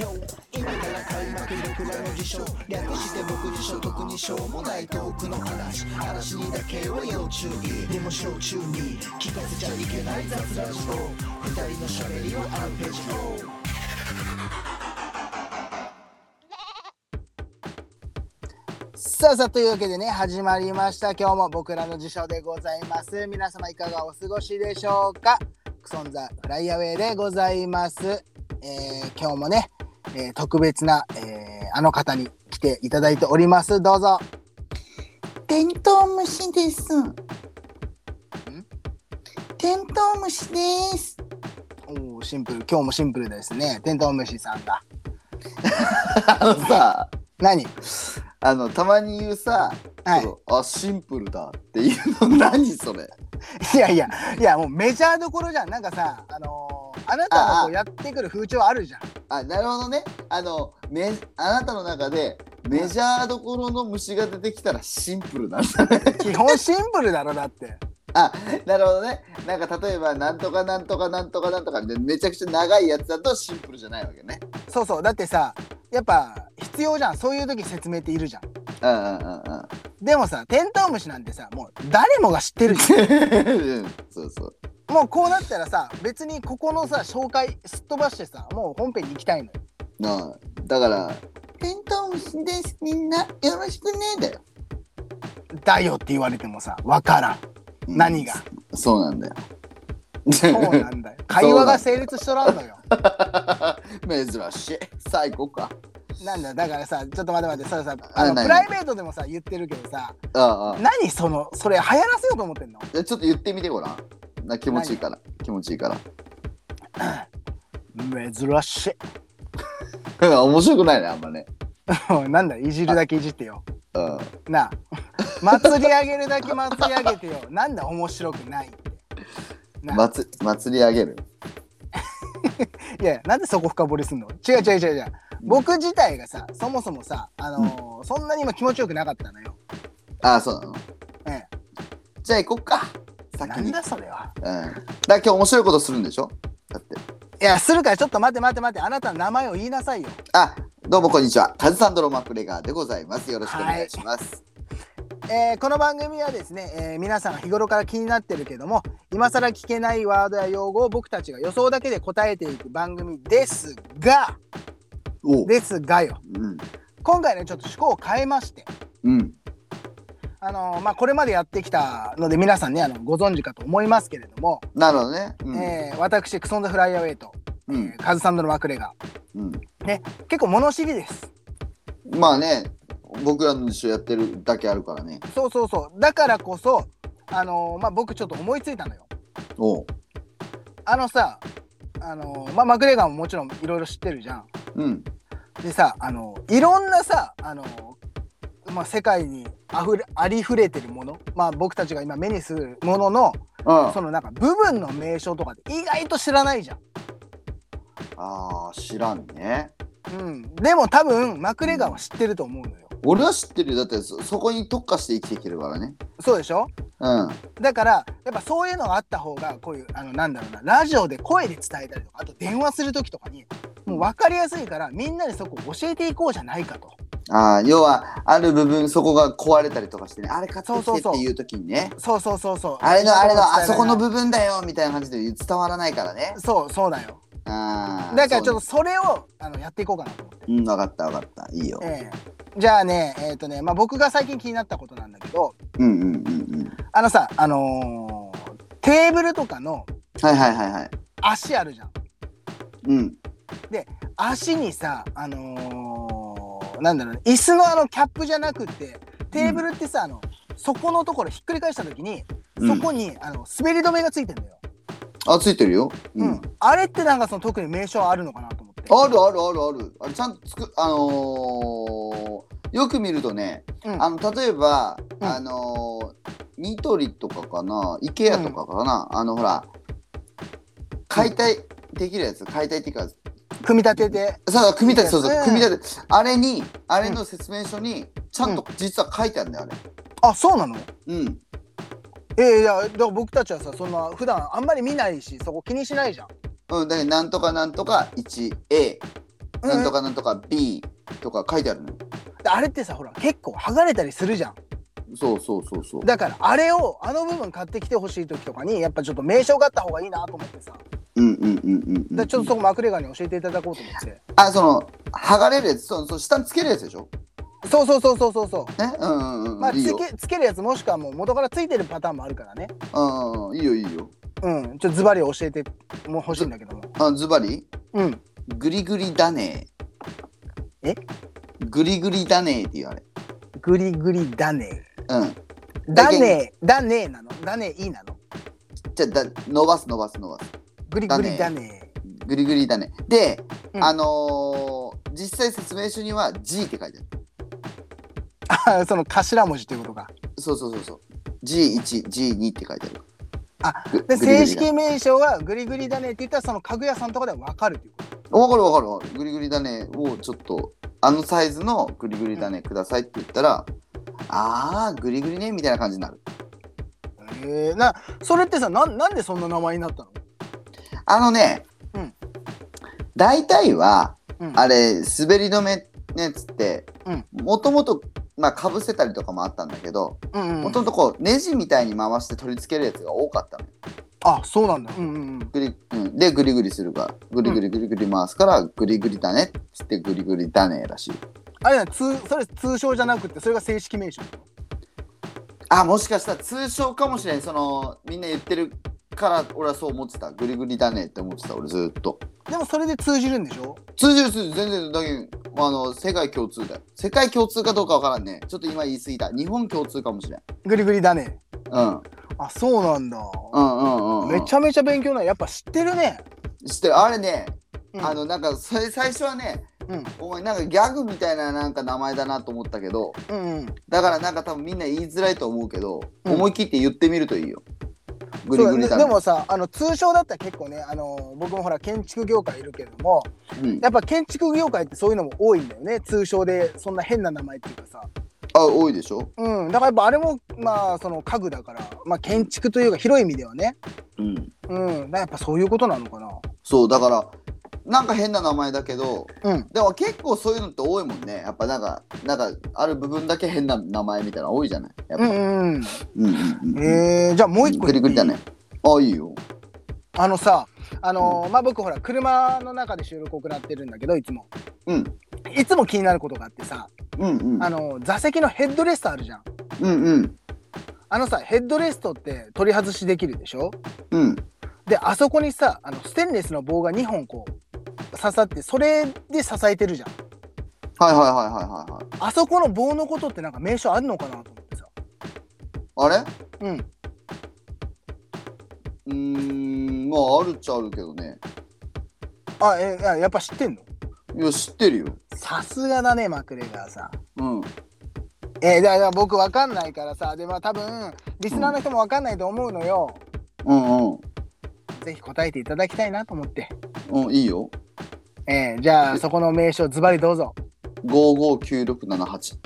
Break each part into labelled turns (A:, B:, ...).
A: よ今から開幕僕らの受賞略して僕自所特にしょうもないトークの話嵐にだけは要注意でも小中に聞かせちゃいけない雑ラジオ二人のしゃべりをアンページを
B: さあさあというわけでね始まりました今日も僕らの辞書でございます皆様いかがお過ごしでしょうかクソンザフライアウェイでございます、えー今日もね、えー特別な、えーあの方に来ていただいておりますどうぞ
C: テントウムシです。テントウムシです。
B: おーシンプル今日もシンプルですねテントウムシさんが
D: あのさ、
B: 何
D: あの、たまに言うさ、
B: はい
D: そのあ、シンプルだっていうの、何それ。
B: いやいやいやもうメジャーどころじゃんなんかさあのーあなたがこ
D: ああ
B: うやってくる風潮あるじゃん
D: あ、なるほどね。あの、め、あなたの中で、メジャーどころの虫が出てきたらシンプルなんだね。
B: 基本シンプルだろだって
D: あ、なるほどね。 なんか例えば、なんとかなんとかなんとかなんとかみたいな、めちゃくちゃ長いやつだとシンプルじゃないわけね。
B: そうそうだってさやっぱ必要じゃんそういう時説明っているじゃん
D: うん う
B: でもさテントウムシなんてさもう誰もが知ってるじ
D: んうんうん。うんそうそう。
B: ゃんもうこうなったらさ別にここのさ紹介すっ飛ばしてさもう本編に行きたいのよ
D: なあ、だから、
C: テントウムシです。
D: みんなよろしくねだよ。
B: だよって言われてもさ分からん
D: うん
B: 何が
D: そうなんだよ。
B: そうなんだよ会話が成立しとらんのよ
D: 珍しい。最高か。
B: なんだよだからさちょっと待って待ってそれさ
D: あ
B: あの
D: 何
B: プライベートでもさ言ってるけどさ
D: ああ
B: 何そのそれ流行らせようと思ってんの
D: えちょっと言ってみてごらん。な気持ちいいから。気持ちいいから。
B: 珍しい
D: 面白くないね、あんまね。
B: もうなんだよいじるだけいじってよ
D: うん。
B: なあ祭り上げるだけ祭り上げてよ なんだ面白くないってなあ、
D: 祭祭り上げる。
B: いやいやなんでそこ深掘りすんの違う違う違う違う僕自体がさそもそもさあのーそんなに今気持ちよくなかったのよ
D: ああ、そうなの。
B: え
D: じゃあ行こっか。
B: え
D: 先
B: なん
D: に。うん。だ
B: だそれは
D: から今日面白いことするんでしょだって。
B: いやするからちょっと待って待って待ってあなたの名前を言いなさいよ
D: あどうもこんにちは。カズサンドロマプレガーでございます。よろしくお願いします。
B: えーこの番組はですね、えー皆さんが日頃から気になってるけども今更聞けないワードや用語を僕たちが予想だけで答えていく番組ですが
D: おう。
B: ですがよ
D: うん。
B: 今回ねちょっと趣向を変えまして
D: うん。
B: あのまあ、これまでやってきたので皆さんねあのご存知かと思いますけれども、
D: なるほどね。
B: えー私クソン・ザ・フライアウェイと、
D: うん。うん
B: えーカズサンドのマクレが。
D: う
B: 結構物知りです
D: ん。まあね、僕らの一緒やってるだけあるからね。
B: そうそうそうだからこそ、あのまあ、僕ちょっと思いついたのよ
D: おう。
B: あのさ、あのまあ、マクレガーももちろんいろいろ知ってるじゃん
D: うん。
B: でさ、あのいろんなさ、あのまあ、世界にあふれありふれてるもの、まあ、僕たちが今目にするものの
D: あ
B: そのなんか部分の名称とかって意外と知らないじゃん
D: あー、知らんね。
B: うん、でも多分マクレガーは知ってると思うのよ。
D: 俺は知ってるよだってそそこに特化して生きていけるからね
B: そうでしょ
D: うん
B: だからやっぱそういうのがあった方がこういうあのなんだろうなラジオで声で伝えたりとかあと電話する時とかにもう分かりやすいからみんなでそこを教えていこうじゃないかと。
D: ああ要はある部分そこが壊れたりとかしてねあれ買ってき
B: そうそう
D: て
B: そう
D: っていう時にね
B: そうそうそうそう。
D: あれのあれのあそこの
B: 分
D: 部分だよみたいな感じで伝わらないからね
B: そうそうだよ。
D: ああ
B: だからちょっと
D: と
B: それをあのやっていこうかなと思って。
D: うん分かった分かったいいよ、
B: ええじゃあねえっ、とね、まあ、僕が最近気になったことなんだけど
D: うんうんうんうん
B: あのさあのーテーブルとかの
D: はいはいはいはい
B: 足あるじゃん。
D: うん
B: 足にさあのーなんだろうね椅子のあのキャップじゃなくてテーブルってさ、あの底のところひっくり返した時にそこに、あの滑り止めがついてんだよ、
D: あついてるよ、
B: うんあれってなんかその特に名称あるのかなと思って
D: あるあるあるあるあれちゃんとつくあのー、よく見るとね
B: うん
D: あの例えば、
B: うん
D: あのニトリとかかな IKEA とかかな、あのほら解体できるやつ解体っていうか
B: 組み立てて
D: さ組み立てそうそう、
B: うん
D: 組み立てあれにあれの説明書にちゃんと実は書いてあるんだよあ
B: あそうなの
D: れうん
B: ええいやだから僕たちはさそんな普段あんまり見ないしそこ気にしないじゃん
D: うんだけどなんとかなんとか 1A
B: うん
D: なんとかなんとか B とか書いてあるのよ
B: あれってさほら結構剥がれたりするじゃん
D: そうそうそうそう
B: だからあれをあの部分買ってきてほしい時とかにやっぱちょっと名称があった方がいいなと思ってさだか
D: うんうんうんうんうん
B: らちょっとそこマクレガーに教えていただこうと思って
D: あその剥がれるやつそのその下につけるやつでしょ
B: そうそうそうそうそうそう
D: ねうんうんうん、
B: まあ
D: いい
B: つ
D: よ
B: けつけるやつもしくはもう元からついてるパターンもあるからね
D: うんうんいいよいいよ
B: うんちょっとズバリ教えても欲しいんだけども
D: あズバリ
B: うん
D: グリグリだね
B: え
D: グリグリだねって言われ
B: グリグリだね
D: うん
B: だねだねなのだねいいなの
D: じゃあだ伸ばす伸ばす伸ばす
B: グリグリだね
D: グリグリだねで、
B: うん
D: あのー実際説明書には G って書いてある
B: あその頭文字っていうことか
D: そうそうそうそう G1G2 って書いてある
B: あ
D: グ
B: で
D: グリグリ
B: 正
D: だ
B: 式名称はグリグリだねって言ったらその家具屋さんとかでは分かるっていうこと
D: わかるわかるわかる。グリグリだねをちょっと、あのサイズのグリグリだねくださいって言ったら、あー、グリグリねみたいな感じになる。
B: へえなそれってさなんなんでそんな名前になったの、
D: あのね、
B: うん
D: 大体は、
B: うん、
D: あれ、滑り止めのやつって
B: うん、
D: もともと、まあ、かぶせたりとかもあったんだけど、
B: うんうんう
D: も
B: ん
D: ともとこう、ネジみたいに回して取り付けるやつが多かったのよ。
B: あそうなんだうんうん
D: グリうん、で、グリグリするから、グリグリグリグリ回すから、グリグリだねっつって、グリグリだねらしい。
B: あれな通それ通称じゃなくてそれが正式名称
D: あもしかしたら通称かもしれんそのみんな言ってるから俺はそう思ってたグリグリだねって思ってた俺ずっと
B: でもそれで通じるんでしょ
D: 通じる通じる全然だけどあの世界共通だよ世界共通かどうかわからんねちょっと今言い過ぎた日本共通かもしれん
B: グリグリだね
D: うん
B: あそうなんだ、
D: うんうんうん、うん、
B: めちゃめちゃ勉強ないやっぱ知ってるね
D: 知ってるあれね、
B: うん
D: あのなんかそれ最初はね
B: うん
D: お前なんかギャグみたいななんか名前だなと思ったけど
B: うんうん
D: だからなんか多分みんな言いづらいと思うけど、
B: うん
D: 思い切って言ってみるといいよグリ
B: そう
D: グリ
B: で
D: だ
B: で
D: ね
B: もさあの通称だったら結構ねあの僕もほら建築業界いるけれども
D: うん、
B: やっぱ建築業界ってそういうのも多いんだよね通称でそんな変な名前っていうかさ
D: あ多いでしょ
B: うんだからやっぱあれもまあその家具だから、まあ、建築というか広い意味ではね
D: うん
B: うんだからやっぱそういうことなのかな
D: そうだからなんか変な名前だけど
B: うん
D: でも結構そういうのって多いもんねやっぱなんかなんかある部分だけ変な名前みたいなの多いじゃないやっ
B: う
D: ぱ、
B: んうんうん
D: うんうんうん
B: えー、じゃあもう一個
D: グリ
B: 言って
D: グ
B: いい
D: リだねあいいよ
B: あのさあのーまあ僕ほら車の中で収録を行ってるんだけどいつも
D: うん
B: いつも気になることがあってさ
D: うんうん
B: あのー座席のヘッドレストあるじゃん
D: うんうん
B: あのさヘッドレストって取り外しできるでしょ
D: うん
B: であそこにさあのステンレスの棒が2本こう刺さってそれで支えてるじゃん
D: はいはいはいはいはいはい
B: あそこの棒のことってなんか名称あるのかなと思ってさ
D: あれ
B: うん
D: うーんまああるっちゃあるけどね
B: あえあやっぱ知ってんの
D: いや知ってるよ
B: さすがだねマクレガーさん
D: うん
B: えー、だから僕わかんないからさでまあ多分リスナーの人もわかんないと思うのよ、
D: うんうん
B: ぜひ答えていただきたいなと思って。
D: うんいいよ
B: えー、じゃあそこの名称ズバリどうぞ。
D: 559678
B: い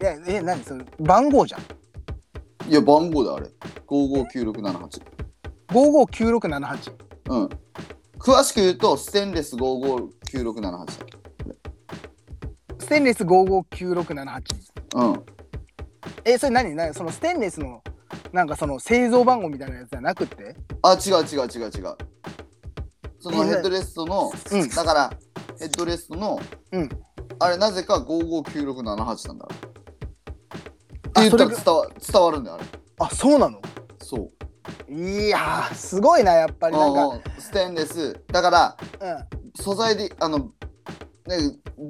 B: や、え、何それ番号じゃん。
D: いや番号だあれ559678
B: 559678。
D: うん。詳しく言うと、ステンレス559678
B: ステンレス559678。
D: だ。うん。
B: え、それ何何そのステンレスの、なんかその製造番号みたいなやつじゃなくって
D: あ、違う違う違う違う。その
B: え
D: ヘッドレストの、
B: うん
D: だから、ヘッドレストの、
B: うん
D: あれ、なぜか559678なんだ。
B: あ
D: って言ったら
B: それが
D: 伝わ伝わるんだよ、あれ。
B: あ、そうなの
D: そう。
B: いやー、すごいな、やっぱり。なんか、
D: うんステンレス。だから、
B: う
D: 素材で、あの、ね、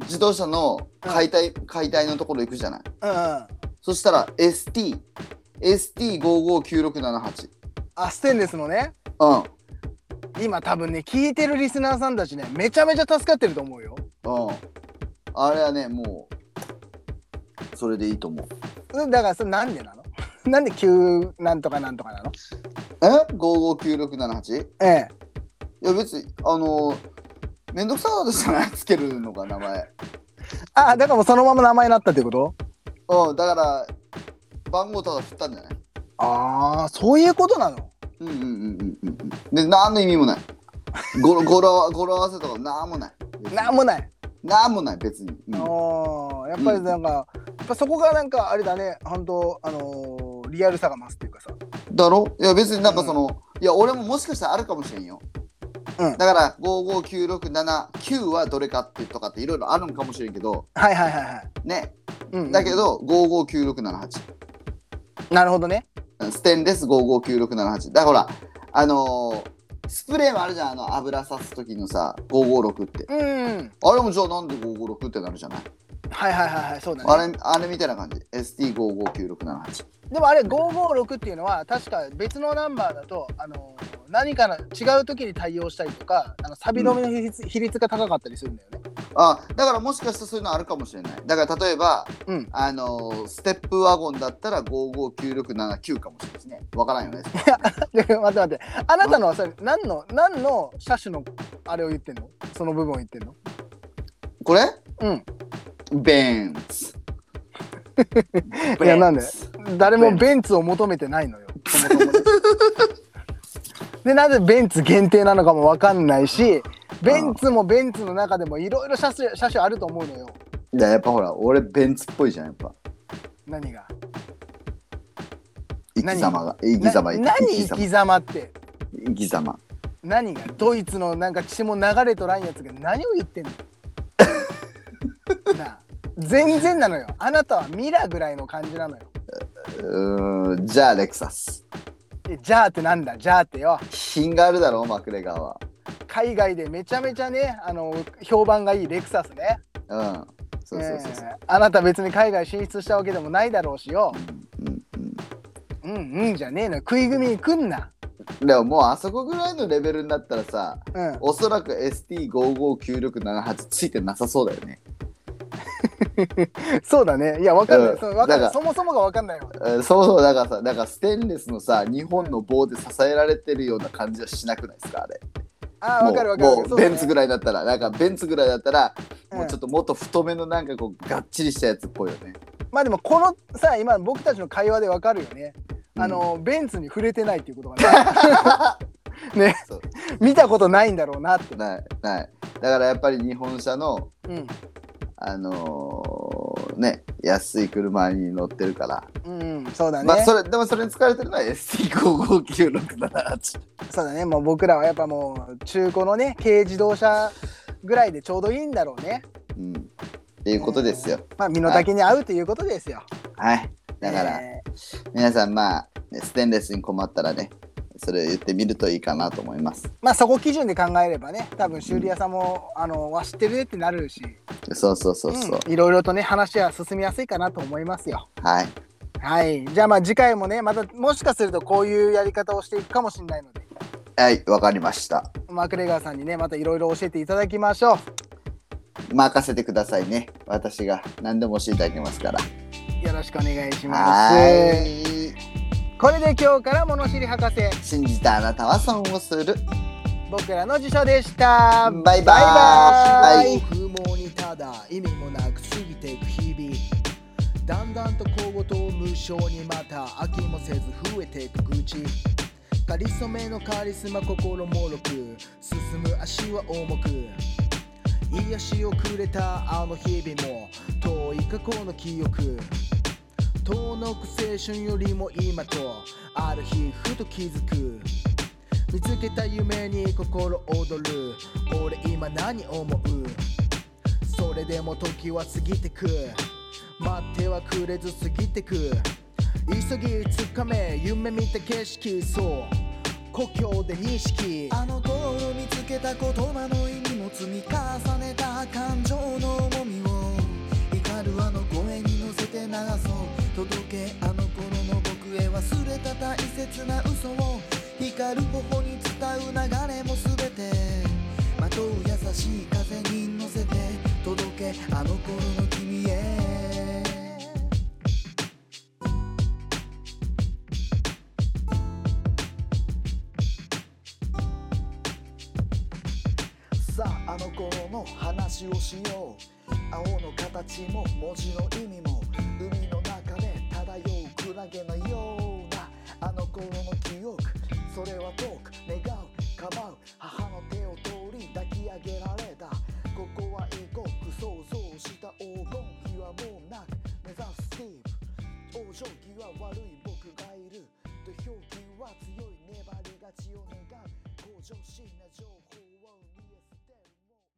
D: 自動車の解体、解体のところ行くじゃない。
B: ん、うん、うん。
D: そしたら、ST、ST559678。
B: あ、ステンレスのね、
D: うん。
B: 今多分ね、聞いてるリスナーさんたちね、めちゃめちゃ助かってると思うよ。
D: うん。あれはね、もう、それでいいと思う。
B: うんだから、それなんでなの なんで9なんとかなんとかなの
D: え ?559678? い
B: ええ。
D: や、別に、あのめんどくさかったじゃないつけるのか、名前。
B: あだからもうそのまま名前になったってこと
D: うん、だから、番号ただ振ったんじゃない
B: ああそういうことなの
D: うんうんうんうんうんうん。で、何の意味もない。語呂語呂語呂合わせとかなんもない。
B: なんもない。
D: なんもない、別に。うん
B: おーやっぱりなんか、やっぱそこがなんかあれだね本当あのーリアルさが増すっていうかさ
D: だろいや別になんかその、いや俺ももしかしたらあるかもしれんよ、
B: うん
D: だから55967はどれかってとかっていろいろあるんかもしれんけど
B: はいはいはいはい、
D: ね
B: うんうん
D: だけど559678
B: なるほどね
D: ステンレス559678だからほらあのースプレーもあるじゃんあの油さす時のさ556って
B: うんうん
D: あれもじゃあなんで556ってなるじゃない、
B: はいはいはいはいそうだね
D: あれあれみたいな感じ ST559678
B: でもあれ556っていうのは確か別のナンバーだと、あの何かの違う時に対応したりとかあのサビ止めの比率,、比率が高かったりするんだよね。
D: あだからもしかしたらそういうのあるかもしれないだから例えば
B: うん、
D: あのーステップワゴンだったら559679かもしれないですね。わからんよ ね。
B: で待って待ってあなたのはそれ何の何の車種のあれを言ってんのその部分を言ってんの
D: これ
B: うん
D: ベンツ。
B: いやなんで
D: ベンツ
B: 誰もベンツを求めてないのよ。そもそもねでなぜベンツ限定なのかも分かんないしベンツもベンツの中でもいろいろ車種車種あると思うのよ
D: いややっぱほら俺ベンツっぽいじゃんやっぱ。
B: 何が。
D: 生き様が生き様
B: な
D: 生
B: 何
D: き
B: 生
D: 様
B: き様って。
D: 生き様。
B: 何がドイツのなんか血も流れとらんやつが何を言ってんのなあ全然なのよあなたはミラぐらいの感じなのよ
D: うーんじゃあレクサス。
B: えじゃあってなんだじゃあってよ
D: 品があるだろマクレガーは。
B: 海外でめちゃめちゃねあの評判がいいレクサスね
D: うん。そうそうそうそう。
B: えーあなた別に海外進出したわけでもないだろうしよ
D: うんうん
B: うんうんじゃねえの食い組に来んな
D: でももうあそこぐらいのレベルになったらさ
B: うん
D: おそらく ST559678 ついてなさそうだよね。
B: そうだねいやわかんな
D: う
B: い
D: ん
B: そうわかんな
D: だ
B: い
D: から
B: そもそもがわかんないわ
D: えーそうそうだからさだからステンレスのさ日本の棒で支えられてるような感じはしなくないですかあれ
B: あーわかるわかる
D: もう
B: わかる
D: も
B: そううだね
D: ベンツぐらいだったらなんかベンツぐらいだったら、もうち
B: ん
D: ょっともっと太めのなんかこうがっちりしたやつっぽいよね
B: まあでもこのさ今僕たちの会話でわかるよね、
D: うん
B: あのベンツに触れてないっていうこと がねね
D: そう
B: 見たことないんだろうなって、
D: ないないだからやっぱり日本車の
B: うん
D: あのーね安い車に乗ってるから、
B: うん、そうだね、
D: まあ
B: そ
D: それでもそれに使われてるのは ST559678
B: うだねもう僕らはやっぱもう中古のね軽自動車ぐらいでちょうどいいんだろうね
D: うんっていうことですよ、
B: まあ身の丈に合うということですよ
D: はいだから、
B: え
D: 皆さんまあねステンレスに困ったらねそれを言ってみるといいかなと思います
B: ーまあそこ基準で考えればね多分修理屋さんも、あのわ知ってるねってなるし
D: そうそうそうそう、
B: うんいろいろとね話は進みやすいかなと思いますよ
D: はい
B: はい、じゃあまあ次回もねまたもしかするとこういうやり方をしていくかもしれないので
D: はいわかりました
B: マクレガーさんにねまたいろいろ教えていただきましょ
D: 任せてくださいね私が何でも教えてあげますから
B: うよろしくお願いしま
D: は
B: す
D: ーい
B: これで今日から物知り博士
D: 信じたあなたは損をする
B: 僕らの辞書でした
D: バ
B: バ
D: イバイ
B: イバイ
D: はい
A: 不毛にただ意味もなく過ぎていく日々だんだんと小言を無償にまた飽きもせず増えていく愚痴カリソメのカリスマ心もろく進む足は重く癒しをくれたあの日々も遠い過去の記憶遠のく青春よりも今とある日ふと気づく見つけた夢に心躍る俺今何思うそれでも時は過ぎてく待ってはくれず過ぎてく急ぎつかめ夢見た景色そう故郷で認識
E: あの頃見つけた言葉の意味も積み重ねた感情の重みを怒るあの声に乗せて流そう届けあの頃の僕へ忘れた大切な嘘を光る頬に伝う流れも全てまとう優しい風に乗せて届けあの頃の君へ
A: さああの頃の話をしよう青の形も文字の意味も海の中で漂うクラゲのようなあの頃の記憶それは遠く願う
B: かばう母の手を通り抱き上げられたここは異国想像した黄金比はもうなく目指すスティーブ往生際悪い僕がいる土俵際強い粘りがち